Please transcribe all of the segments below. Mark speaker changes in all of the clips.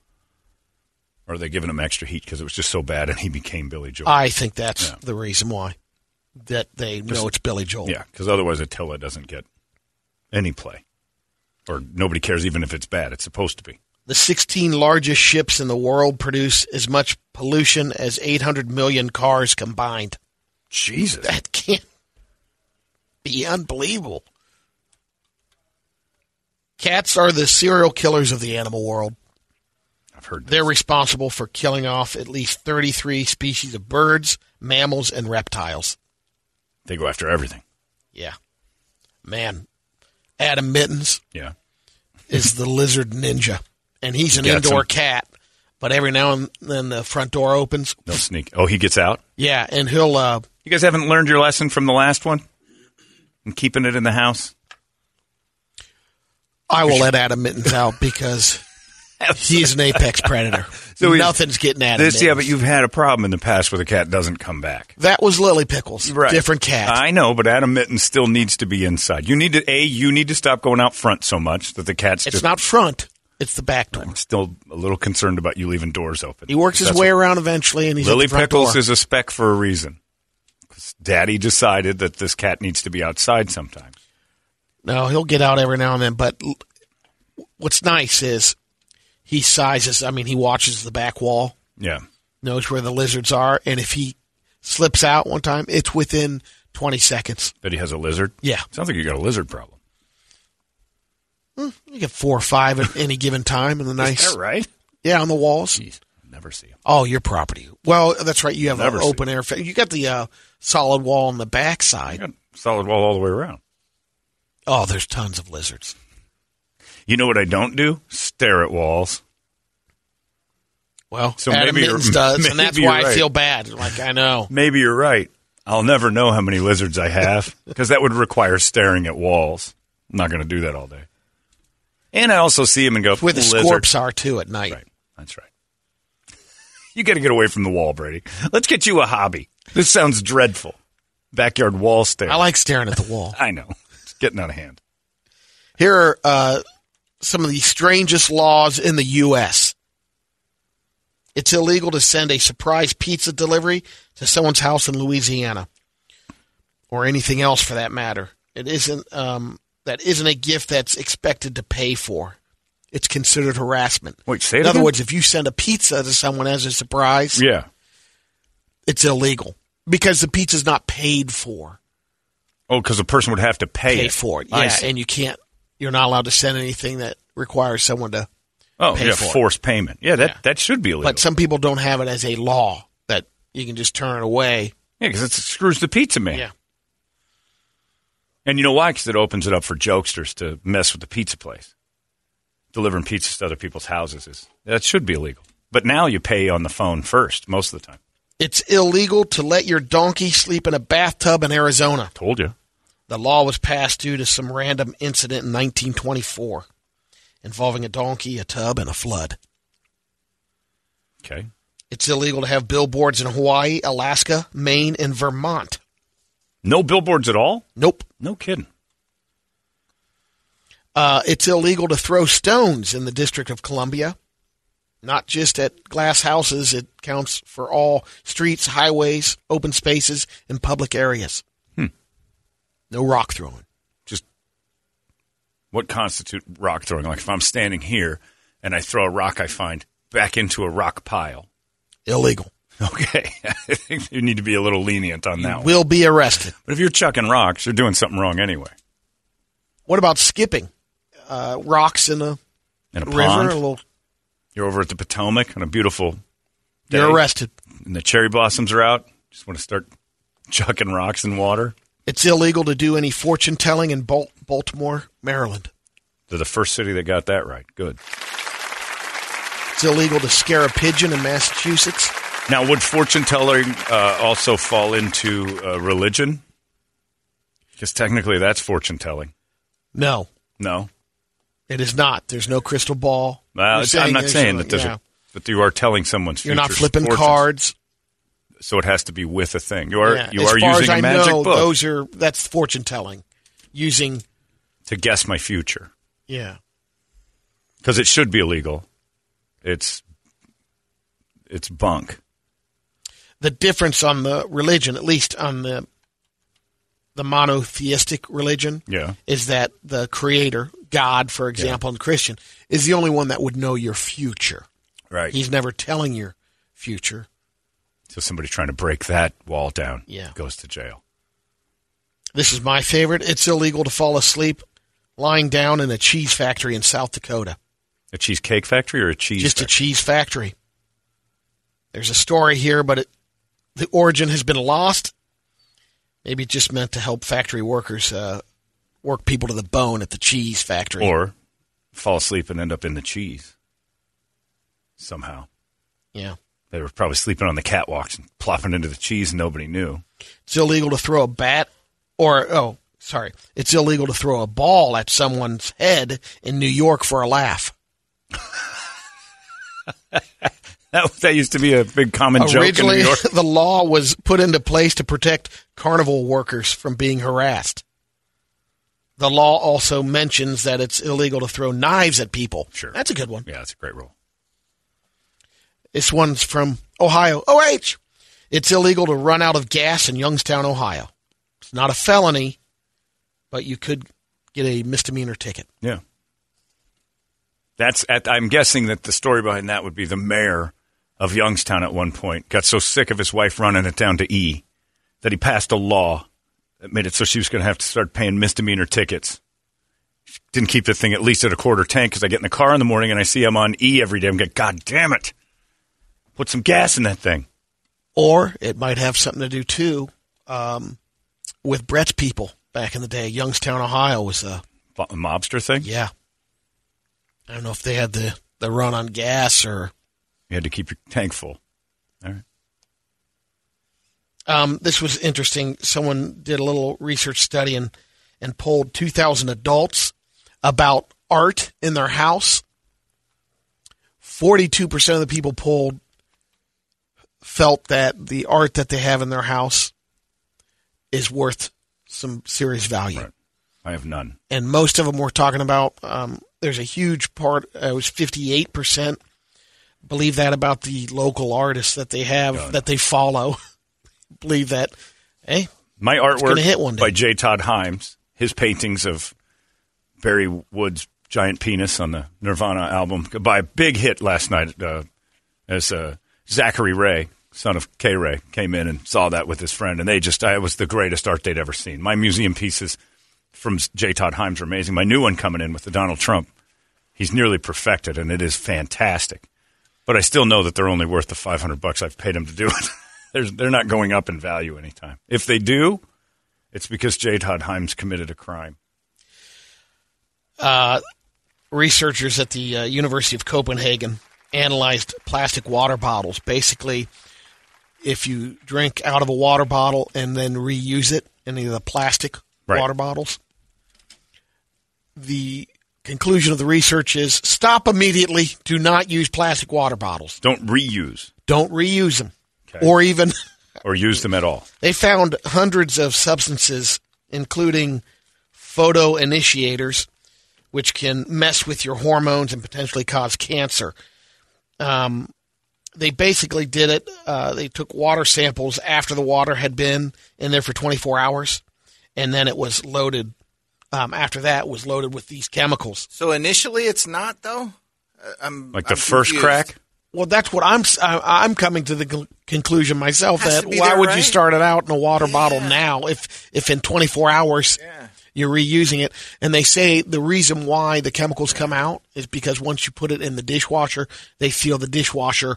Speaker 1: Or are they giving him extra heat because it was just so bad and he became Billy Joel?
Speaker 2: I think that's
Speaker 1: Yeah.
Speaker 2: the reason why that they know it's Billy Joel.
Speaker 1: yeah, because otherwise Attila doesn't get any play. Or nobody cares even if it's bad. It's supposed to be.
Speaker 2: The 16 largest ships in the world produce as much pollution as 800 million cars combined.
Speaker 1: Jesus.
Speaker 2: That can't be unbelievable. Cats are the serial killers of the animal world.
Speaker 1: I've heard
Speaker 2: They're
Speaker 1: that.
Speaker 2: responsible for killing off at least 33 species of birds, mammals, and reptiles.
Speaker 1: They go after everything.
Speaker 2: Yeah. Man, Adam Mittens
Speaker 1: Yeah.
Speaker 2: is the lizard ninja, and he's an
Speaker 1: Gets
Speaker 2: indoor
Speaker 1: him.
Speaker 2: cat. But every now and then the front door opens.
Speaker 1: They'll sneak. Oh, he gets out?
Speaker 2: Yeah, and he'll uh,
Speaker 1: You guys haven't learned your lesson from the last one? And keeping it in the house?
Speaker 2: I will let Adam Mittens out because he's an apex predator.
Speaker 1: So he's-
Speaker 2: Nothing's getting at him.
Speaker 1: This, yeah, but you've had a problem in the past where the cat doesn't come back.
Speaker 2: that was Lily Pickles,
Speaker 1: Right.
Speaker 2: different cat.
Speaker 1: I know, but Adam Mitten still needs to be inside. You need to a you need to stop going out front so much that the cat's
Speaker 2: it's
Speaker 1: just
Speaker 2: not front; it's the back door.
Speaker 1: I'm still a little concerned about you leaving doors open.
Speaker 2: He works his
Speaker 1: That's
Speaker 2: way
Speaker 1: what-
Speaker 2: around eventually, and he's
Speaker 1: Lily
Speaker 2: at the front
Speaker 1: Pickles
Speaker 2: door.
Speaker 1: is a spec for a reason. 'Cause Daddy decided that this cat needs to be outside sometimes.
Speaker 2: No, he'll get out every now and then. But l- what's nice is he sizes. I mean, he watches the back wall,
Speaker 1: Yeah.
Speaker 2: knows where the lizards are, and if he slips out one time, it's within 20 seconds.
Speaker 1: That he has a lizard?
Speaker 2: Yeah.
Speaker 1: Sounds like you got a lizard problem.
Speaker 2: You get four or five at any given time in the
Speaker 1: Is
Speaker 2: nice,
Speaker 1: that right?
Speaker 2: yeah, on the walls.
Speaker 1: Jeez, I never see him.
Speaker 2: Oh, your property. Well, that's right. You have
Speaker 1: Never
Speaker 2: an
Speaker 1: seen
Speaker 2: open air. fa- You got the uh, solid wall on the
Speaker 1: I
Speaker 2: backside.
Speaker 1: got solid wall all the way around.
Speaker 2: Oh, there's tons of lizards.
Speaker 1: You know what I don't do? Stare at walls.
Speaker 2: Well,
Speaker 1: So
Speaker 2: Adam
Speaker 1: maybe you're-
Speaker 2: Mittens does, and
Speaker 1: maybe
Speaker 2: that's why
Speaker 1: you're
Speaker 2: I
Speaker 1: right.
Speaker 2: feel bad. Like I know.
Speaker 1: Maybe you're right. I'll never know how many lizards I have because that would require staring at walls. I'm not going to do that all day. And I also see him and go,
Speaker 2: where the
Speaker 1: lizard.
Speaker 2: scorps are too at night.
Speaker 1: Right. That's right. You got to get away from the wall, Brady. Let's get you a hobby. This sounds dreadful. Backyard wall stare.
Speaker 2: I like staring at the wall.
Speaker 1: I know. It's getting out of hand.
Speaker 2: Here are uh, some of the strangest laws in the U.S. It's illegal to send a surprise pizza delivery to someone's house in Louisiana, or anything else for that matter. It isn't um, that isn't a gift that's expected to pay for. It's considered harassment.
Speaker 1: Wait, say it
Speaker 2: In other
Speaker 1: again?
Speaker 2: words, if you send a pizza to someone as a surprise,
Speaker 1: Yeah.
Speaker 2: it's illegal because the pizza's not paid for.
Speaker 1: Oh, because the person would have to pay,
Speaker 2: pay
Speaker 1: it.
Speaker 2: for it.
Speaker 1: I
Speaker 2: Yeah,
Speaker 1: see.
Speaker 2: and you can't. You're not allowed to send anything that requires someone to.
Speaker 1: oh,
Speaker 2: pay
Speaker 1: yeah,
Speaker 2: for it.
Speaker 1: forced payment. Yeah, that, that should be illegal.
Speaker 2: But some people don't have it as a law that you can just turn it away.
Speaker 1: yeah, because it screws the pizza man.
Speaker 2: Yeah.
Speaker 1: And you know why? Because it opens it up for jokesters to mess with the pizza place. Delivering pizzas to other people's houses is that should be illegal. But now you pay on the phone first most of the time.
Speaker 2: It's illegal to let your donkey sleep in a bathtub in Arizona.
Speaker 1: Told you.
Speaker 2: The law was passed due to some random incident in 1924 involving a donkey, a tub, and a flood.
Speaker 1: Okay.
Speaker 2: It's illegal to have billboards in Hawaii, Alaska, Maine, and Vermont.
Speaker 1: No billboards at all?
Speaker 2: Nope.
Speaker 1: No kidding.
Speaker 2: Uh, it's illegal to throw stones in the District of Columbia, not just at glass houses. It counts for all streets, highways, open spaces, and public areas.
Speaker 1: Hmm.
Speaker 2: No rock throwing.
Speaker 1: Just what constitute rock throwing? Like if I'm standing here and I throw a rock I find back into a rock pile.
Speaker 2: Illegal.
Speaker 1: Okay. I think you need to be a little lenient on that one.
Speaker 2: Will be arrested.
Speaker 1: But if you're chucking rocks, you're doing something wrong anyway.
Speaker 2: What about skipping? Uh, rocks in a
Speaker 1: In a
Speaker 2: river?
Speaker 1: pond,
Speaker 2: A little,
Speaker 1: you're over at the Potomac on a beautiful day.
Speaker 2: you're arrested.
Speaker 1: and the cherry blossoms are out, just want to start chucking rocks in water.
Speaker 2: It's illegal to do any fortune telling in Bal- Baltimore, Maryland.
Speaker 1: They're the first city that got that right. Good.
Speaker 2: It's illegal to scare a pigeon in Massachusetts.
Speaker 1: Now, would fortune telling uh, also fall into uh, religion? Because technically, that's fortune telling.
Speaker 2: No,
Speaker 1: No,
Speaker 2: it is not. There's no crystal ball. You're
Speaker 1: well, I'm not
Speaker 2: there's
Speaker 1: saying
Speaker 2: no-
Speaker 1: that there's,
Speaker 2: yeah.
Speaker 1: a, but you are telling someone's.
Speaker 2: You're not
Speaker 1: future
Speaker 2: flipping
Speaker 1: fortunes.
Speaker 2: cards.
Speaker 1: so it has to be with a thing. You are
Speaker 2: Yeah.
Speaker 1: you
Speaker 2: as
Speaker 1: are
Speaker 2: far
Speaker 1: using
Speaker 2: as
Speaker 1: a
Speaker 2: I
Speaker 1: magic
Speaker 2: know,
Speaker 1: book
Speaker 2: Those are that's fortune telling. Using
Speaker 1: to guess my future
Speaker 2: yeah,
Speaker 1: because it should be illegal. It's it's bunk.
Speaker 2: the difference on the religion, at least on the the monotheistic religion,
Speaker 1: Yeah.
Speaker 2: is that the creator, God, for example, in Christian, is the only one that would know your future.
Speaker 1: Right.
Speaker 2: He's never telling your future.
Speaker 1: So somebody trying to break that wall down
Speaker 2: Yeah.
Speaker 1: goes to jail.
Speaker 2: This is my favorite. It's illegal to fall asleep lying down in a cheese factory in South Dakota.
Speaker 1: A cheesecake factory or a cheese?
Speaker 2: just
Speaker 1: factory?
Speaker 2: a cheese factory. There's a story here, but it, the origin has been lost. Maybe it just meant to help factory workers uh, work people to the bone at the cheese factory.
Speaker 1: or fall asleep and end up in the cheese somehow.
Speaker 2: yeah,
Speaker 1: They were probably sleeping on the catwalks and plopping into the cheese. and Nobody knew.
Speaker 2: it's illegal to throw a bat, or oh, sorry, it's illegal to throw a ball at someone's head in New York for a laugh.
Speaker 1: That that used to be a big common joke in New
Speaker 2: Originally,
Speaker 1: York.
Speaker 2: the law was put into place to protect carnival workers from being harassed. The law also mentions that it's illegal to throw knives at people.
Speaker 1: Sure.
Speaker 2: That's a good one.
Speaker 1: Yeah, that's a great rule.
Speaker 2: This one's from Ohio. OH! It's illegal to run out of gas in Youngstown, Ohio. It's not a felony, but you could get a misdemeanor ticket.
Speaker 1: Yeah. That's at, I'm guessing that the story behind that would be the mayor of Youngstown at one point got so sick of his wife running it down to E that he passed a law that made it so she was going to have to start paying misdemeanor tickets. She didn't keep the thing at least at a quarter tank because I get in the car in the morning and I see I'm on E every day. I'm going, God damn it. Put some gas in that thing.
Speaker 2: Or it might have something to do too um, with Brett's people back in the day. Youngstown, Ohio was a
Speaker 1: Bo- mobster thing?
Speaker 2: yeah. I don't know if they had the the run on gas or
Speaker 1: You had to keep your tank full. All right.
Speaker 2: Um, this was interesting. Someone did a little research study and, and polled 2,000 adults about art in their house. 42% of the people polled felt that the art that they have in their house is worth some serious value.
Speaker 1: Right. I have none.
Speaker 2: And most of them were talking about um, there's a huge part, uh, it was 58% believe that about the local artists that they have, that they follow. believe that, hey,
Speaker 1: My
Speaker 2: gonna
Speaker 1: artwork
Speaker 2: hit one day.
Speaker 1: by J. Todd Himes, his paintings of Barry Wood's giant penis on the Nirvana album, by a big hit last night uh, as uh, Zachary Ray, son of K. Ray, came in and saw that with his friend, and they just, I, it was the greatest art they'd ever seen. My museum pieces from J. Todd Himes are amazing. My new one coming in with the Donald Trump, he's nearly perfected, and it is fantastic. But I still know that they're only worth the 500 bucks I've paid him to do it. There's, they're not going up in value anytime. If they do, it's because J. Todd Himes committed a crime.
Speaker 2: researchers at the uh, University of Copenhagen analyzed plastic water bottles. Basically, if you drink out of a water bottle and then reuse it, any of the plastic
Speaker 1: Right.
Speaker 2: water bottles, the conclusion of the research is stop immediately. Do not use plastic water bottles.
Speaker 1: Don't reuse
Speaker 2: Don't reuse them.
Speaker 1: Okay.
Speaker 2: Or even,
Speaker 1: or use them at all.
Speaker 2: they found hundreds of substances, including photo initiators, which can mess with your hormones and potentially cause cancer. Um, they basically did it. Uh, they took water samples after the water had been in there for 24 hours, and then it was loaded. Um, after that, it was loaded with these chemicals.
Speaker 3: So initially, it's not though. Uh, I'm
Speaker 1: Like the
Speaker 3: I'm
Speaker 1: first
Speaker 3: confused.
Speaker 1: crack?
Speaker 2: Well, that's what I'm. s- I- I'm coming to the con- conclusion myself
Speaker 3: Has
Speaker 2: that
Speaker 3: to be
Speaker 2: why
Speaker 3: there,
Speaker 2: would you
Speaker 3: right?
Speaker 2: start it out in a water bottle now if if in 24 hours you're reusing it? And they say the reason why the chemicals come out is because once you put it in the dishwasher, they feel the dishwasher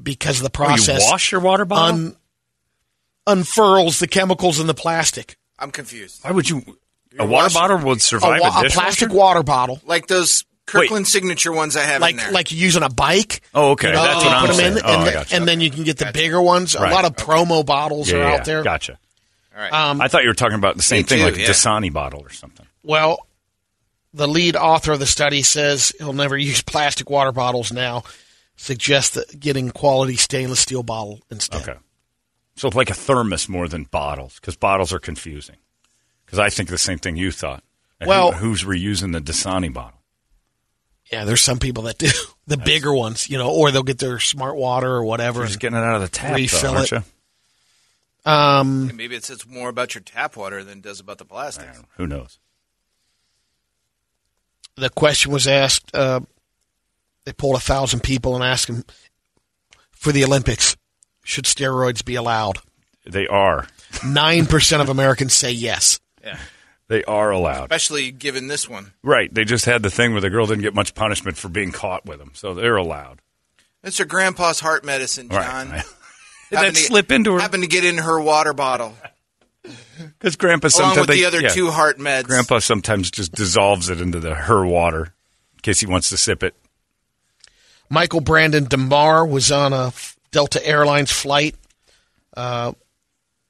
Speaker 2: because of the
Speaker 1: Oh, you
Speaker 2: process
Speaker 1: wash your water bottle?
Speaker 2: un- unfurls the chemicals in the plastic.
Speaker 3: I'm confused.
Speaker 1: Why would you? A water
Speaker 3: wash-
Speaker 1: bottle would survive
Speaker 2: a,
Speaker 1: Oh, a,
Speaker 2: wa- a
Speaker 1: dishwasher?
Speaker 2: plastic water bottle,
Speaker 3: Like those Kirkland signature ones I have in
Speaker 2: like
Speaker 3: there.
Speaker 2: like you using a bike.
Speaker 1: Oh, okay. That's what
Speaker 2: you
Speaker 1: I'm
Speaker 2: put 'em
Speaker 1: saying.
Speaker 2: in,
Speaker 1: oh,
Speaker 2: and,
Speaker 1: I
Speaker 2: the-
Speaker 1: gotcha.
Speaker 2: and then you can get the bigger ones.
Speaker 1: Right.
Speaker 2: A lot of promo bottles
Speaker 1: yeah,
Speaker 2: are
Speaker 1: yeah,
Speaker 2: out there.
Speaker 1: Gotcha.
Speaker 3: All right.
Speaker 2: Um,
Speaker 1: I thought you were talking about the same
Speaker 3: Me
Speaker 1: thing,
Speaker 3: too,
Speaker 1: like a
Speaker 3: yeah.
Speaker 1: Dasani bottle or something.
Speaker 2: Well, the lead author of the study says he'll never use plastic water bottles now. Suggests that getting quality stainless steel bottle instead.
Speaker 1: Okay. So like a thermos more than bottles, because bottles are confusing. Because I think the same thing you thought. And who-
Speaker 2: Well-
Speaker 1: who's reusing the Dasani bottle?
Speaker 2: Yeah, there's some people that do the bigger ones, you know, or they'll get their smart water or whatever.
Speaker 1: You're just getting it out of the tap, though,
Speaker 2: Refill
Speaker 1: aren't
Speaker 2: it.
Speaker 1: you?
Speaker 2: Um,
Speaker 3: Maybe it says more about your tap water than it does about the plastics.
Speaker 1: Who knows?
Speaker 2: the question was asked. Uh, they pulled a thousand people and asked them for the Olympics: Should steroids be allowed?
Speaker 1: They are.
Speaker 2: Nine percent of Americans say yes.
Speaker 1: They are allowed.
Speaker 3: Especially given this one.
Speaker 1: Right. They just had the thing where the girl didn't get much punishment for being caught with them, so they're allowed.
Speaker 3: It's her grandpa's heart medicine, John.
Speaker 1: Right. Did
Speaker 3: Happened
Speaker 1: that
Speaker 3: to-
Speaker 1: slip into her?
Speaker 3: Happened to get in her water bottle,
Speaker 1: Because Grandpa
Speaker 3: along
Speaker 1: sometimes
Speaker 3: with
Speaker 1: they-
Speaker 3: the other
Speaker 1: yeah.
Speaker 3: two heart meds.
Speaker 1: Grandpa sometimes just dissolves it into the her water in case he wants to sip it.
Speaker 2: Michael Brandon Demar was on a F- Delta Airlines flight uh,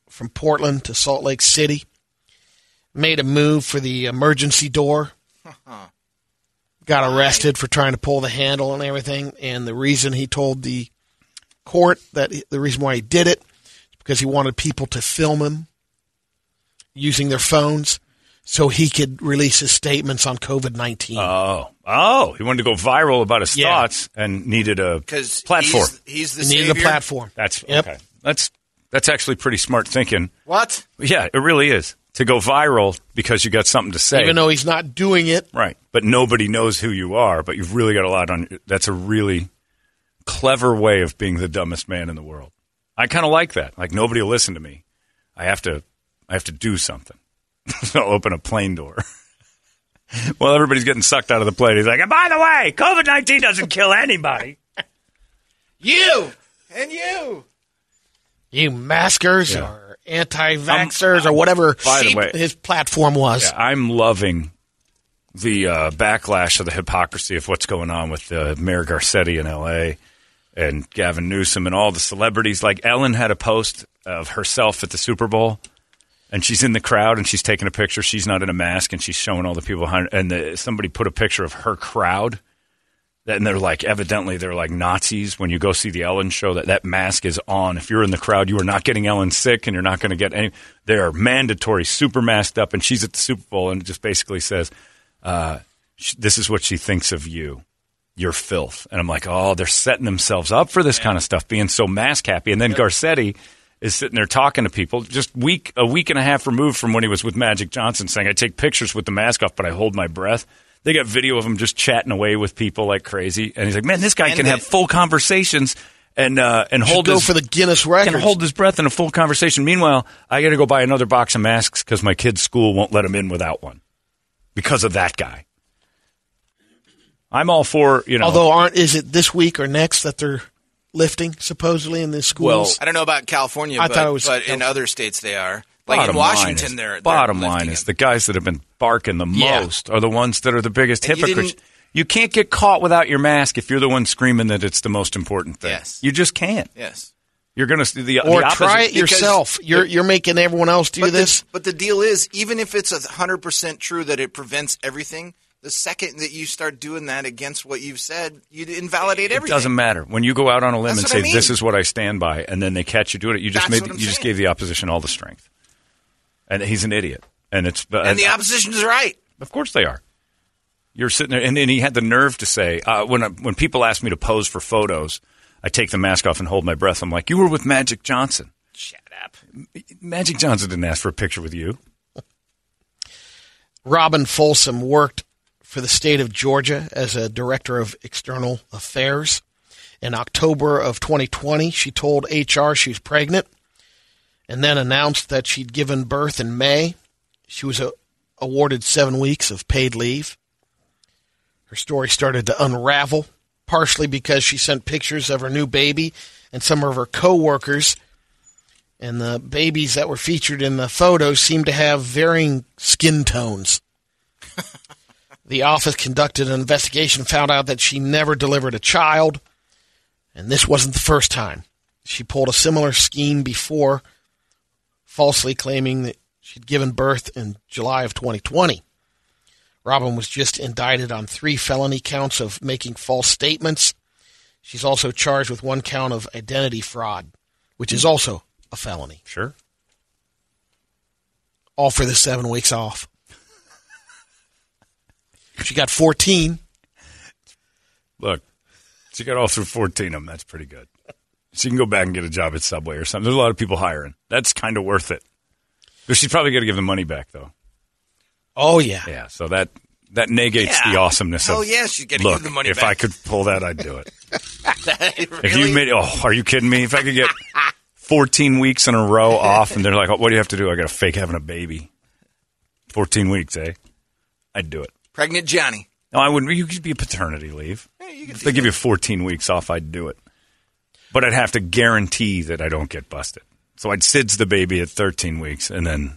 Speaker 2: from Portland to Salt Lake City. Made a move for the emergency door. Got arrested for trying to pull the handle and everything. And the reason he told the court that the reason why he did it is because he wanted people to film him using their phones so he could release his statements on COVID 19.
Speaker 1: Oh, oh, he wanted to go viral about his
Speaker 2: Yeah.
Speaker 1: thoughts and needed a
Speaker 3: because
Speaker 1: platform.
Speaker 3: He's, he's the
Speaker 2: he needed a
Speaker 3: savior.
Speaker 2: platform.
Speaker 1: That's
Speaker 2: Yep.
Speaker 1: okay. That's that's actually pretty smart thinking.
Speaker 3: What?
Speaker 1: Yeah, it really is. to go viral because you got something to say.
Speaker 2: Even though he's not doing it,
Speaker 1: Right. But nobody knows who you are, but you've really got a lot on that's a really clever way of being the dumbest man in the world. I kind of like that. Like nobody will listen to me. I have to I have to do something. so I'll open a plane door. well, everybody's getting sucked out of the plane. He's like, and by the way, COVID nineteen doesn't kill anybody.
Speaker 3: You and you.
Speaker 2: you maskers
Speaker 1: Yeah.
Speaker 2: or anti-vaxxers or whatever
Speaker 1: By the
Speaker 2: she-
Speaker 1: way-
Speaker 2: his platform was.
Speaker 1: Yeah, I'm loving the uh, backlash of the hypocrisy of what's going on with uh, Mayor Garcetti in L.A. and Gavin Newsom and all the celebrities. Like Ellen had a post of herself at the Super Bowl, and she's in the crowd and she's taking a picture. She's not in a mask and she's showing all the people behind. And the, somebody put a picture of her crowd. And they're like, evidently, they're like Nazis. When you go see the Ellen show, that that mask is on. If you're in the crowd, you are not getting Ellen sick, and you're not going to get any. They are mandatory, super masked up, and she's at the Super Bowl, and it just basically says, uh, sh- "This is what she thinks of you, your filth." And I'm like, "Oh, they're setting themselves up for this kind of stuff, being so mask happy." And then Garcetti is sitting there talking to people, just week a week and a half removed from when he was with Magic Johnson, saying, "I take pictures with the mask off, but I hold my breath." They got video of him just chatting away with people like crazy, and he's like, "Man, this guy
Speaker 3: And
Speaker 1: can
Speaker 3: the-
Speaker 1: have full conversations and uh, and
Speaker 2: Should
Speaker 1: hold
Speaker 2: go
Speaker 1: his-
Speaker 2: for the Guinness
Speaker 1: can
Speaker 2: record.
Speaker 1: hold his breath in a full conversation." Meanwhile, I got to go buy another box of masks because my kid's school won't let him in without one because of that guy. I'm all for you know.
Speaker 2: Although aren't is it this week or next that they're lifting supposedly in the schools?
Speaker 3: I don't know about California,
Speaker 2: I
Speaker 3: but,
Speaker 2: thought it was-
Speaker 3: but in other states they are. Like
Speaker 1: bottom
Speaker 3: in Washington,
Speaker 1: line is,
Speaker 3: they're, they're
Speaker 1: bottom
Speaker 3: lifting
Speaker 1: line is
Speaker 3: it.
Speaker 1: the guys that have been barking the
Speaker 2: Yeah.
Speaker 1: most are the ones that are the biggest
Speaker 3: And you
Speaker 1: hypocrites.
Speaker 3: didn't-
Speaker 1: You can't get caught without your mask if you're the one screaming that it's the most important thing.
Speaker 3: Yes.
Speaker 1: You just can't.
Speaker 3: yes.
Speaker 1: You're going to the
Speaker 2: or
Speaker 1: the opposite.
Speaker 2: try it
Speaker 3: because-
Speaker 2: yourself. You're you're making everyone else do
Speaker 3: But the-
Speaker 2: this.
Speaker 3: but the deal is, even if it's hundred percent true that it prevents everything, the second that you start doing that against what you've said, you invalidate
Speaker 1: It
Speaker 3: everything.
Speaker 1: doesn't matter when you go out on a limb
Speaker 3: That's
Speaker 1: and
Speaker 3: what
Speaker 1: say
Speaker 3: I mean.
Speaker 1: this is what I stand by, and then they catch you doing it. You just
Speaker 3: That's
Speaker 1: made
Speaker 3: what
Speaker 1: you
Speaker 3: I'm
Speaker 1: just
Speaker 3: saying.
Speaker 1: gave the opposition all the strength, and he's an idiot. And it's
Speaker 3: and the opposition is right.
Speaker 1: Of course they are. You're sitting there, and then he had the nerve to say, uh, when I, when people ask me to pose for photos, I take the mask off and hold my breath. I'm like, you were with Magic Johnson.
Speaker 3: Shut up.
Speaker 1: Magic Johnson didn't ask for a picture with you.
Speaker 2: Robin Folsom worked for the state of Georgia as a director of external affairs. In October of 2020, she told HR she was pregnant and then announced that she'd given birth in May. She was uh, awarded seven weeks of paid leave. Her story started to unravel, partially because she sent pictures of her new baby and some of her coworkers. And the babies that were featured in the photos seemed to have varying skin tones. the office conducted an investigation and found out that she never delivered a child. And this wasn't the first time. She pulled a similar scheme before, falsely claiming that she'd given birth in July of 2020. Robin was just indicted on three felony counts of making false statements. She's also charged with one count of identity fraud, which is also a felony.
Speaker 1: Sure.
Speaker 2: All for the seven weeks off. she got 14.
Speaker 1: Look, she got all through 14 of them. That's pretty good. She can go back and get a job at Subway or something. There's a lot of people hiring. That's kind of worth it. But She's probably going to give the money back, though.
Speaker 2: Oh, yeah.
Speaker 1: Yeah, so that that negates
Speaker 3: Yeah.
Speaker 1: the awesomeness
Speaker 3: Hell
Speaker 1: of
Speaker 3: yeah, she's gonna
Speaker 1: look,
Speaker 3: give the money
Speaker 1: if
Speaker 3: back.
Speaker 1: I could pull that, I'd do it. If
Speaker 3: Really?
Speaker 1: you made, oh, are you kidding me? If I could get 14 weeks in a row off, and they're like, oh, what do you have to do? I got to fake having a baby. 14 weeks, eh? I'd do it.
Speaker 3: pregnant Johnny.
Speaker 1: No, I wouldn't. You could be a paternity leave. if they give you 14 weeks off, I'd do it. But I'd have to guarantee that I don't get busted. So I'd SIDS the baby at 13 weeks, and then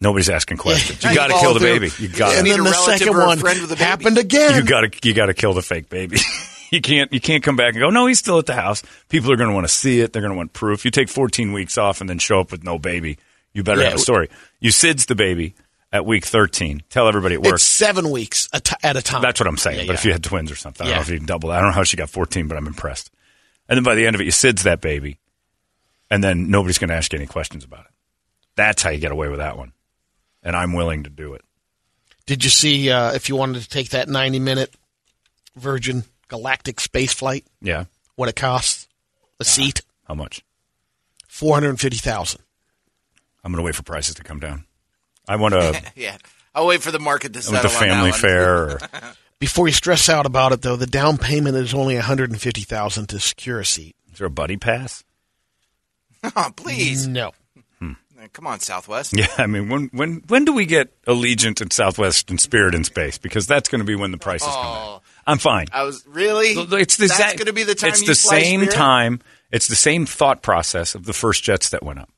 Speaker 1: nobody's asking questions. You
Speaker 2: You
Speaker 1: got to
Speaker 2: follow
Speaker 1: kill the
Speaker 2: through.
Speaker 1: baby. You got to
Speaker 2: And
Speaker 3: Need
Speaker 2: then
Speaker 3: a
Speaker 2: the
Speaker 3: relative
Speaker 2: second
Speaker 3: or a
Speaker 2: one
Speaker 3: friend with a baby.
Speaker 2: happened again.
Speaker 1: you got to you got to kill the fake baby. you can't you can't come back and go. No, he's still at the house. People are going to want to see it. They're going to want proof. You take 14 weeks off and then show up with no baby. You better
Speaker 2: Yeah.
Speaker 1: have a story. You sids the baby at week 13. Tell everybody at work.
Speaker 2: It's seven weeks a t- at a time.
Speaker 1: That's what I'm saying.
Speaker 2: Yeah,
Speaker 1: but
Speaker 2: yeah.
Speaker 1: if you had twins or something, I don't know
Speaker 2: Yeah.
Speaker 1: if you can double that. I don't know how she got 14, but I'm impressed. And then by the end of it, you sids that baby, and then nobody's going to ask you any questions about it. That's how you get away with that one. And I'm willing to do it.
Speaker 2: Did you see uh, if you wanted to take that 90 minute Virgin Galactic space flight,
Speaker 1: Yeah.
Speaker 2: what it costs? A seat?
Speaker 1: How much?
Speaker 2: 450000
Speaker 1: I'm going to wait for prices to come down. I want to
Speaker 3: Yeah, I'll wait for the market to
Speaker 1: with
Speaker 3: settle
Speaker 1: the
Speaker 3: on that
Speaker 1: family
Speaker 3: one.
Speaker 1: fair. Or,
Speaker 2: Before you stress out about it, though, the down payment is only one hundred and fifty thousand to secure a seat.
Speaker 1: is there a buddy pass?
Speaker 3: Oh, please,
Speaker 2: No,
Speaker 3: come on, Southwest.
Speaker 1: Mm-hmm. Yeah, I mean, when when when do we get Allegiant and Southwest and Spirit in space? Because that's going to be when the prices come out. I'm fine.
Speaker 3: I was really.
Speaker 1: It's the
Speaker 3: Oh. Uh, That's
Speaker 1: exact-
Speaker 3: going to be the time.
Speaker 1: It's
Speaker 3: you
Speaker 1: the
Speaker 3: fly
Speaker 1: same
Speaker 3: Spirit?
Speaker 1: time. It's the same thought process of the first jets that went up.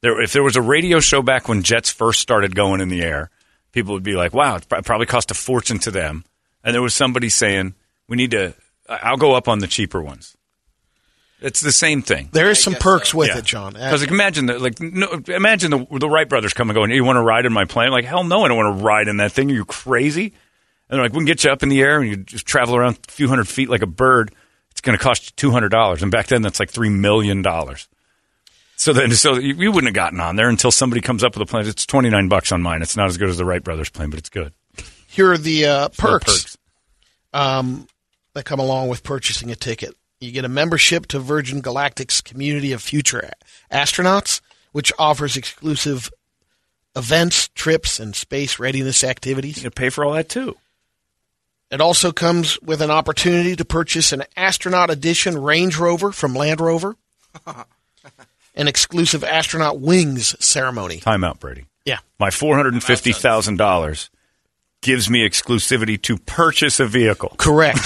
Speaker 1: There, if there was a radio show back when jets first started going in the air, people would be like, "Wow, it prob- probably cost a fortune to them." And there was somebody saying, "We need to. I- I'll go up on the cheaper ones." It's the same thing.
Speaker 2: there is some perks with it, John. Uh,
Speaker 1: Because like, imagine that, like, no, imagine the the Wright brothers come and go, and you want to ride in my plane? Like, hell no, I don't want to ride in that thing. Are you crazy? And they're like, we can get you up in the air and you just travel around a few hundred feet like a bird. It's going to cost you two hundred dollars, and back then that's like three million dollars. So then, so you, you wouldn't have gotten on there until somebody comes up with a plane. It's twenty nine bucks on mine. It's not as good as the Wright brothers plane, but it's good.
Speaker 2: Here are the uh, perks.
Speaker 1: perks.
Speaker 2: um, that come along with purchasing a ticket. You get a membership to Virgin Galactic's community of future a- astronauts, which offers exclusive events, trips, and space readiness activities.
Speaker 1: You pay for all that too.
Speaker 2: It also comes with an opportunity to purchase an astronaut edition Range Rover from Land Rover, an exclusive astronaut wings ceremony.
Speaker 1: Timeout, Brady.
Speaker 2: Yeah.
Speaker 1: My four hundred and fifty thousand dollars gives me exclusivity to purchase a vehicle.
Speaker 2: Correct.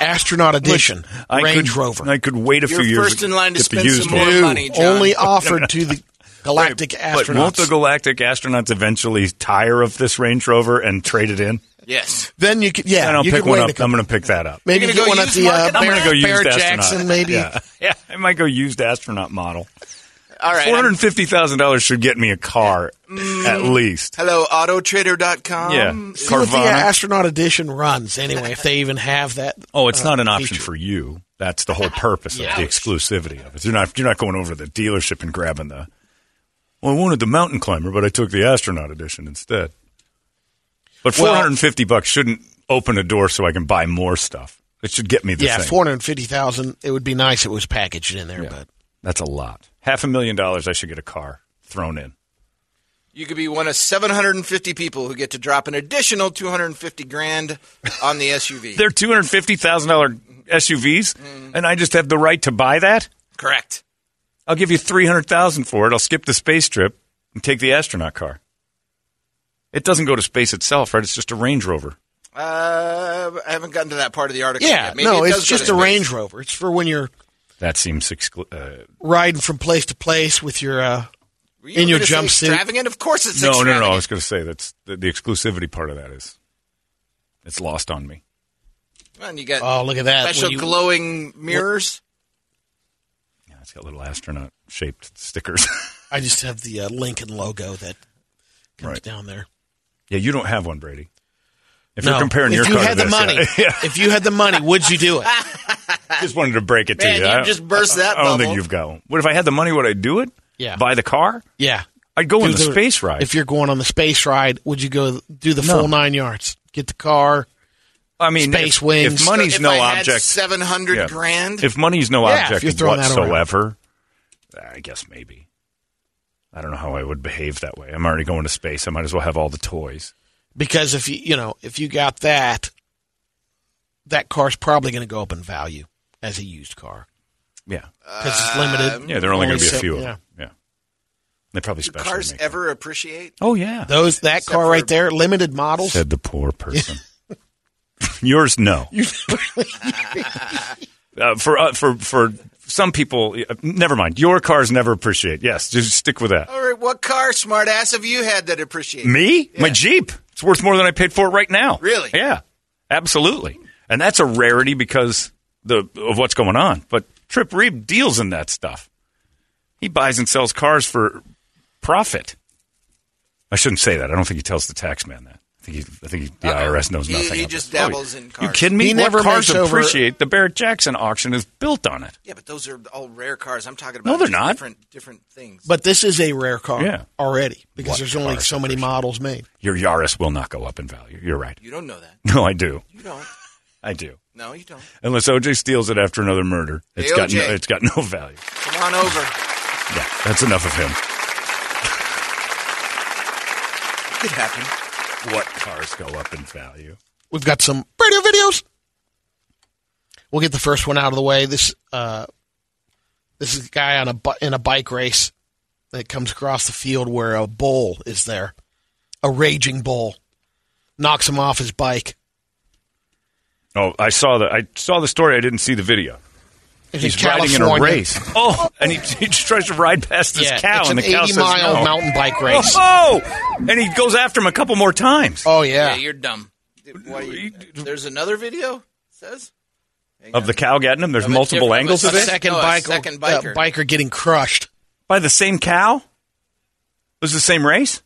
Speaker 2: Astronaut edition
Speaker 1: I
Speaker 2: Range
Speaker 1: could,
Speaker 2: Rover.
Speaker 1: I could wait a
Speaker 3: You're
Speaker 1: few years.
Speaker 3: first in line to
Speaker 1: get the
Speaker 3: spend
Speaker 1: used
Speaker 3: some
Speaker 1: one.
Speaker 3: more
Speaker 2: New,
Speaker 3: money, John.
Speaker 2: only offered to the galactic astronauts.
Speaker 1: But won't the galactic astronauts eventually tire of this Range Rover and trade it in?
Speaker 3: Yes.
Speaker 2: Then you could, yeah,
Speaker 1: And I'll
Speaker 2: you
Speaker 1: pick
Speaker 2: could
Speaker 1: one
Speaker 2: wait
Speaker 1: up.
Speaker 2: a couple-
Speaker 1: I'm going to pick that up.
Speaker 2: Maybe
Speaker 3: You're
Speaker 2: get
Speaker 3: gonna
Speaker 2: one
Speaker 3: go
Speaker 2: at
Speaker 3: used
Speaker 2: the uh,
Speaker 3: market?
Speaker 2: Bear,
Speaker 3: I'm
Speaker 1: I'm going to go used
Speaker 2: Bear
Speaker 1: astronaut.
Speaker 2: Jackson, maybe.
Speaker 1: Yeah. yeah, I might go used astronaut model.
Speaker 3: All right.
Speaker 1: Four
Speaker 3: I'm-
Speaker 1: hundred fifty thousand dollars should get me a car at
Speaker 3: Mm.
Speaker 1: least.
Speaker 3: Hello, autotrader.com.
Speaker 1: Yeah,
Speaker 2: See what the uh,
Speaker 1: Carvana.
Speaker 2: astronaut edition runs anyway, if they even have that.
Speaker 1: Oh, it's not an option
Speaker 2: feature.
Speaker 1: for you. That's the whole purpose of the exclusivity of it. You're not you're not going over to the dealership and grabbing the. Well, I wanted the mountain climber, but I took the astronaut edition instead. But
Speaker 2: Well-
Speaker 1: 450 bucks shouldn't open a door so I can buy more stuff. It should get me the
Speaker 2: Yeah,
Speaker 1: thing.
Speaker 2: four hundred fifty thousand. It would be nice. if It was packaged in there, but
Speaker 1: That's a lot. Half a million dollars. I should get a car thrown in.
Speaker 3: You could be one of 750 people who get to drop an additional 250 grand on the SUV.
Speaker 1: They're two hundred fifty thousand dollar SUVs,
Speaker 2: Mm.
Speaker 1: and I just have the right to buy that.
Speaker 3: Correct.
Speaker 1: I'll give you three hundred thousand for it. I'll skip the space trip and take the astronaut car. It doesn't go to space itself, right? It's just a Range Rover.
Speaker 3: Uh, I haven't gotten to that part of the article
Speaker 2: yeah,
Speaker 3: yet. Maybe
Speaker 2: no,
Speaker 3: it
Speaker 2: it's
Speaker 3: does
Speaker 2: just
Speaker 3: go to
Speaker 2: a
Speaker 3: space.
Speaker 2: Range Rover. It's for when you're
Speaker 1: That seems exclu- uh,
Speaker 2: riding from place to place with your. Uh,
Speaker 3: Were you
Speaker 2: in your
Speaker 3: gonna say
Speaker 2: jumpsuit.
Speaker 3: Extravagant? Of course it's
Speaker 1: no, no,
Speaker 3: extravagant.
Speaker 1: no. I was going to say that's the, the exclusivity part of that is it's lost on me.
Speaker 3: Well, and you got
Speaker 2: oh, look at that!
Speaker 3: special
Speaker 2: When you-
Speaker 3: glowing mirrors.
Speaker 1: Yeah, it's got little astronaut shaped stickers.
Speaker 2: I just have the uh, Lincoln logo that comes
Speaker 1: Right.
Speaker 2: down there.
Speaker 1: yeah, you don't have one, Brady. If
Speaker 2: No.
Speaker 1: you're comparing
Speaker 2: if
Speaker 1: your
Speaker 2: you
Speaker 1: car
Speaker 2: had
Speaker 1: to
Speaker 2: the
Speaker 1: this,
Speaker 2: money,
Speaker 1: yeah, yeah,
Speaker 2: if you had the money, would you do it?
Speaker 1: I just wanted to break it to
Speaker 3: Man,
Speaker 1: you.
Speaker 3: you
Speaker 1: I don't-
Speaker 3: just burst that
Speaker 1: I don't think
Speaker 3: bubble.
Speaker 1: you've got one. What if I had the money? Would I do it?
Speaker 2: Yeah.
Speaker 1: buy the car.
Speaker 2: Yeah,
Speaker 1: I'd go on
Speaker 2: Do
Speaker 1: the, space ride.
Speaker 2: If you're going on the space ride, would you go do the
Speaker 1: No.
Speaker 2: full nine yards? Get the car.
Speaker 1: I mean,
Speaker 2: Space
Speaker 1: if,
Speaker 2: wings.
Speaker 1: If money's
Speaker 3: if
Speaker 1: no
Speaker 3: I Had
Speaker 1: object,
Speaker 3: 700
Speaker 1: Yeah.
Speaker 3: grand.
Speaker 1: If money's no
Speaker 2: Yeah, if
Speaker 1: object
Speaker 2: you're throwing that around.
Speaker 1: whatsoever, I guess maybe. I don't know how I would behave that way. I'm already going to space. I might as well have all the toys.
Speaker 2: Because if you you know if you got that, that car's probably going to go up in value as a used car
Speaker 1: Yeah,
Speaker 2: because it's limited.
Speaker 1: yeah. There are only going to be a
Speaker 2: so-
Speaker 1: few of
Speaker 2: yeah.
Speaker 1: them. Yeah, they probably
Speaker 3: Do
Speaker 1: special.
Speaker 3: cars
Speaker 1: make them.
Speaker 3: ever appreciate?
Speaker 1: Oh yeah,
Speaker 2: Those that car
Speaker 3: for-
Speaker 2: right there, limited models.
Speaker 1: said the poor person. Yours no. uh, for uh, for for some people, uh, never mind. Your cars never appreciate. Yes, just stick with that.
Speaker 3: All right, what car, smartass, have you had that appreciated?
Speaker 1: Me? My Jeep. It's worth more than I paid for it right now.
Speaker 3: Really?
Speaker 1: Yeah. Absolutely. And that's a rarity because the of what's going on. But Trip Reeb deals in that stuff. He buys and sells cars for profit. I shouldn't say that. I don't think he tells the tax man that. I think, he, I think he, the IRS knows
Speaker 3: He-
Speaker 1: nothing.
Speaker 3: he
Speaker 1: of
Speaker 3: just
Speaker 1: this.
Speaker 3: dabbles in cars.
Speaker 1: You kidding me?
Speaker 2: He
Speaker 1: what
Speaker 2: never
Speaker 1: cars
Speaker 2: makes over-
Speaker 1: appreciate? The Barrett Jackson auction is built on it.
Speaker 3: Yeah, but those are all rare cars. I'm talking about
Speaker 1: No, they're
Speaker 3: just
Speaker 1: not.
Speaker 3: different different things.
Speaker 2: but this is a rare car
Speaker 1: Yeah.
Speaker 2: already because
Speaker 1: What
Speaker 2: there's only
Speaker 1: cars
Speaker 2: so many
Speaker 1: appreciate?
Speaker 2: models made.
Speaker 1: Your Yaris will not go up in value. You're right.
Speaker 3: you don't know that.
Speaker 1: No, I do.
Speaker 3: You don't.
Speaker 1: I do.
Speaker 3: No, you don't.
Speaker 1: Unless OJ steals it after another murder, it's
Speaker 3: Hey,
Speaker 1: got no,
Speaker 3: OJ.
Speaker 1: it's got no value.
Speaker 3: Come on over.
Speaker 1: Yeah, that's enough of him.
Speaker 3: could happen.
Speaker 1: What cars go up in value?
Speaker 2: We've got some radio videos. We'll get the first one out of the way. This uh, this is a guy on a bu- in a bike race that comes across the field where a bull is there, a raging bull, knocks him off his bike.
Speaker 1: Oh, I saw the I saw the story. I didn't see the video.
Speaker 2: It's
Speaker 1: He's
Speaker 2: in
Speaker 1: riding in a
Speaker 2: California.
Speaker 1: race. Oh, and he, he just tries to ride past this
Speaker 2: Yeah,
Speaker 1: cow,
Speaker 2: it's
Speaker 1: and
Speaker 2: an
Speaker 1: the cow
Speaker 2: 80
Speaker 1: says
Speaker 2: mile
Speaker 1: no.
Speaker 2: mountain bike race.
Speaker 1: Oh, and he goes after him a couple more times
Speaker 2: Oh
Speaker 3: Yeah,
Speaker 2: yeah,
Speaker 3: you're dumb. Why you- there's another video says
Speaker 1: of the cow getting him. There's
Speaker 3: Of a
Speaker 1: multiple
Speaker 3: different-
Speaker 1: angles
Speaker 3: a
Speaker 1: of it
Speaker 2: second
Speaker 3: No, a
Speaker 2: biker,
Speaker 3: second
Speaker 2: uh,
Speaker 3: biker.
Speaker 2: biker getting crushed.
Speaker 1: by the same cow. It was the same race.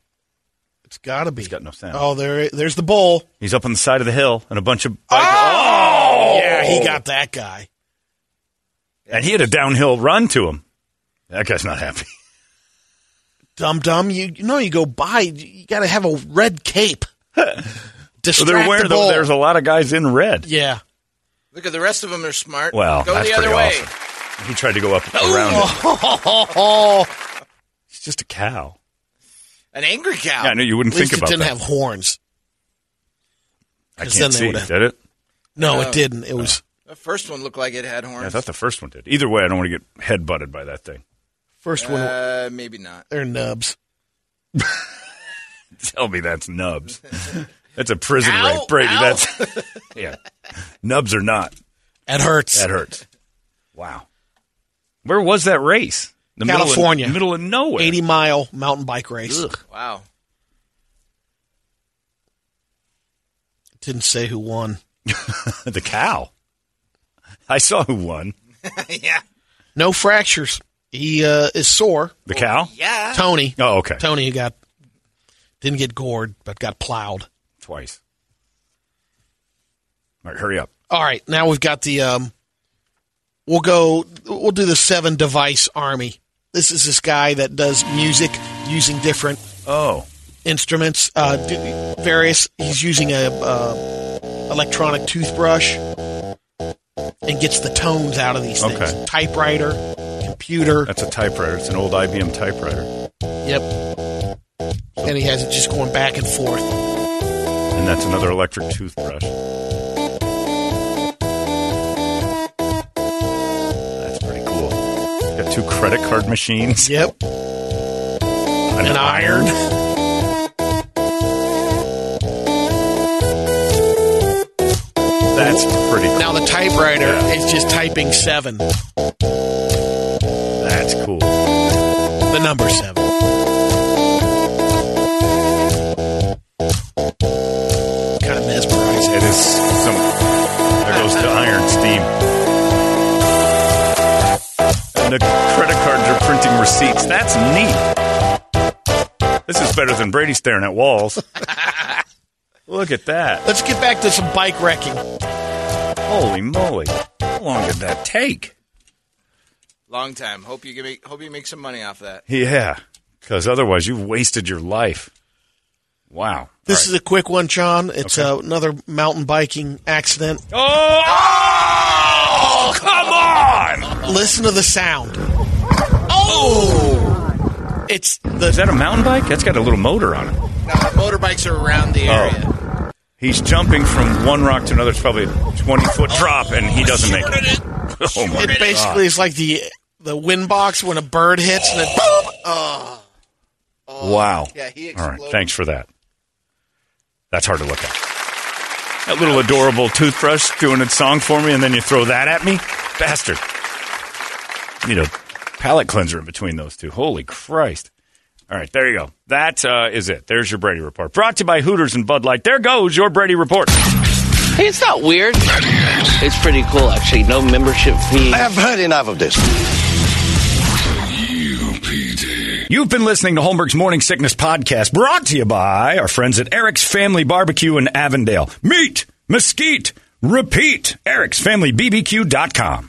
Speaker 2: It's gotta be.
Speaker 1: got no sound.
Speaker 2: Oh, there, there's the bull.
Speaker 1: He's up on the side of the hill, and a bunch of bikers.
Speaker 2: Ah! Yeah, he got that guy.
Speaker 1: and he had a downhill run to him. That guy's not happy.
Speaker 2: Dum dum, you, you know you go by. You got to have a red cape.
Speaker 1: So
Speaker 2: Distract
Speaker 1: they're aware
Speaker 2: the
Speaker 1: though
Speaker 2: bull.
Speaker 1: there's a lot of guys in red.
Speaker 2: yeah.
Speaker 3: look at the rest of them are smart.
Speaker 1: Well,
Speaker 3: go
Speaker 1: that's
Speaker 3: the other
Speaker 1: pretty
Speaker 3: way.
Speaker 1: awesome. He tried to go up
Speaker 2: Oh.
Speaker 1: around it. It's just a cow.
Speaker 3: An angry cow.
Speaker 1: Yeah, I know you wouldn't
Speaker 2: At least
Speaker 1: think about
Speaker 2: it didn't
Speaker 1: that.
Speaker 2: have horns.
Speaker 1: I
Speaker 2: 'cause
Speaker 1: can't
Speaker 2: then they
Speaker 1: see.
Speaker 2: would've-
Speaker 1: Did it?
Speaker 2: No,
Speaker 3: Oh.
Speaker 2: it didn't. It was
Speaker 3: The first one looked like it had horns.
Speaker 1: I thought the first one did. Either way, I don't want to get head butted by that thing.
Speaker 2: first one.
Speaker 3: uh, maybe not.
Speaker 2: They're nubs.
Speaker 1: Tell me that's nubs. that's a prison
Speaker 3: Ow,
Speaker 1: rape, Brady.
Speaker 3: ow.
Speaker 1: That's yeah. Nubs or not,
Speaker 2: It hurts.
Speaker 1: that hurts. Wow. Where was that race? The middle of-
Speaker 2: California.
Speaker 1: middle of, nowhere.
Speaker 2: Eighty mile mountain bike race.
Speaker 1: Ugh.
Speaker 3: Wow.
Speaker 2: Didn't say who won.
Speaker 1: the cow. I saw who won.
Speaker 3: yeah.
Speaker 2: No fractures. He uh, is sore.
Speaker 1: The cow.
Speaker 3: Yeah.
Speaker 2: Tony.
Speaker 1: Oh, okay.
Speaker 2: Tony got didn't get gored, but got plowed.
Speaker 1: Twice. All right, hurry up.
Speaker 2: All right, now we've got the um we'll go we'll do the seven device army. This is this guy that does music using different
Speaker 1: Oh,
Speaker 2: instruments, uh d- various he's using a uh, electronic toothbrush and gets the tones out of these things.
Speaker 1: Okay.
Speaker 2: Typewriter, computer.
Speaker 1: that's a typewriter. It's an old IBM typewriter,
Speaker 2: Yep. And he has it just going back and forth.
Speaker 1: and that's another electric toothbrush. That's pretty cool. Got two credit card machines.
Speaker 2: Yep.
Speaker 1: An, iron. That's pretty. Cool.
Speaker 2: Now the typewriter
Speaker 1: Yeah.
Speaker 2: is just typing seven,
Speaker 1: That's cool.
Speaker 2: the number seven. Kind of mesmerizing.
Speaker 1: It is some. There goes the iron steam. And the credit cards are printing receipts. That's neat. This is better than Brady staring at walls. Look at that.
Speaker 2: Let's get back to some bike wrecking.
Speaker 1: Holy moly. How long did that take?
Speaker 3: Long time. Hope you give me, hope you make some money off that.
Speaker 1: Yeah, because otherwise you've wasted your life. Wow.
Speaker 2: This is a quick one, John. It's uh, another mountain biking accident.
Speaker 1: Oh! oh! Come on!
Speaker 2: Listen to the sound.
Speaker 1: Oh!
Speaker 2: It's
Speaker 1: Is
Speaker 2: the
Speaker 1: that a mountain bike? That's got a little motor on it.
Speaker 3: Now, motorbikes are around the area.
Speaker 1: Oh. He's jumping from one rock to another. It's probably a 20 foot drop, and he doesn't make it. Oh, my
Speaker 2: it basically is like the the wind box when a bird hits and it
Speaker 1: God. Wow.
Speaker 3: Yeah, he
Speaker 1: All right.
Speaker 3: exploded.
Speaker 1: Thanks for that. That's hard to look at. That little adorable toothbrush doing its song for me, and then you throw that at me? Bastard. Need a palate cleanser in between those two. Holy Christ. All right, there you go. That uh, is it. There's your Brady Report. Brought to you by Hooters and Bud Light. There goes your Brady Report.
Speaker 4: Hey, it's not weird. It's pretty cool, actually. No membership fee.
Speaker 5: I have heard enough of this.
Speaker 6: E UPD.
Speaker 1: You've been listening to Holmberg's Morning Sickness Podcast, brought to you by our friends at Eric's Family Barbecue in Avondale. Meet, mesquite, repeat. Eric'sFamilyBBQ.com.